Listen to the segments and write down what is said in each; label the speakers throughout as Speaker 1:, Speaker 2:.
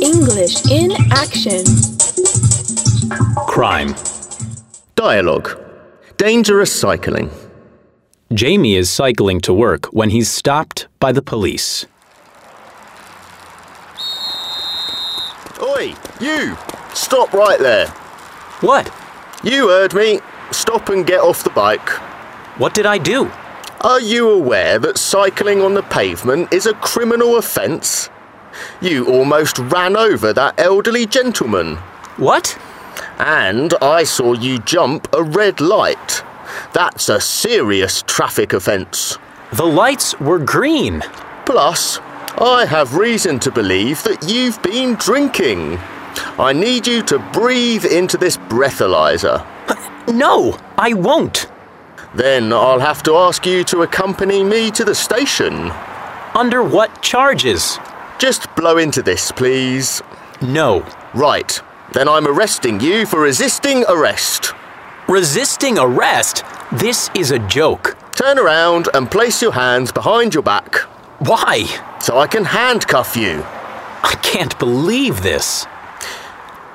Speaker 1: English in action.
Speaker 2: Crime.
Speaker 3: Dialogue. Dangerous cycling.
Speaker 2: Jamie is cycling to work when he's stopped by the police.
Speaker 3: Oi, you! Stop right there.
Speaker 2: What?
Speaker 3: You heard me. Stop and get off the bike.
Speaker 2: What did I do?
Speaker 3: Are you aware that cycling on the pavement is a criminal offence? You almost ran over that elderly gentleman.
Speaker 2: What?
Speaker 3: And I saw you jump a red light. That's a serious traffic offence.
Speaker 2: The lights were green.
Speaker 3: Plus, I have reason to believe that you've been drinking. I need you to breathe into this breathalyzer.
Speaker 2: No, I won't.
Speaker 3: Then I'll have to ask you to accompany me to the station.
Speaker 2: Under what charges?
Speaker 3: Just blow into this, please.
Speaker 2: No.
Speaker 3: Right, then I'm arresting you for resisting arrest.
Speaker 2: Resisting arrest? This is a joke.
Speaker 3: Turn around and place your hands behind your back
Speaker 2: Why?
Speaker 3: so I can handcuff you.
Speaker 2: I can't believe this.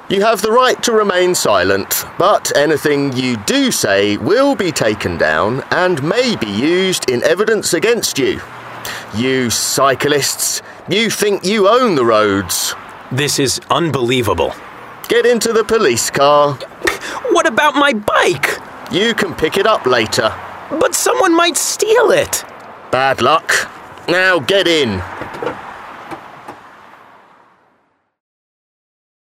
Speaker 3: You have the right to remain silent, but anything you do say will be taken down and may be used in evidence against you. You cyclists, you think you own the roads.
Speaker 2: This is unbelievable.
Speaker 3: Get into the police car.
Speaker 2: What about my bike?
Speaker 3: You can pick it up later.
Speaker 2: But someone might steal it.
Speaker 3: Bad luck. Now get in.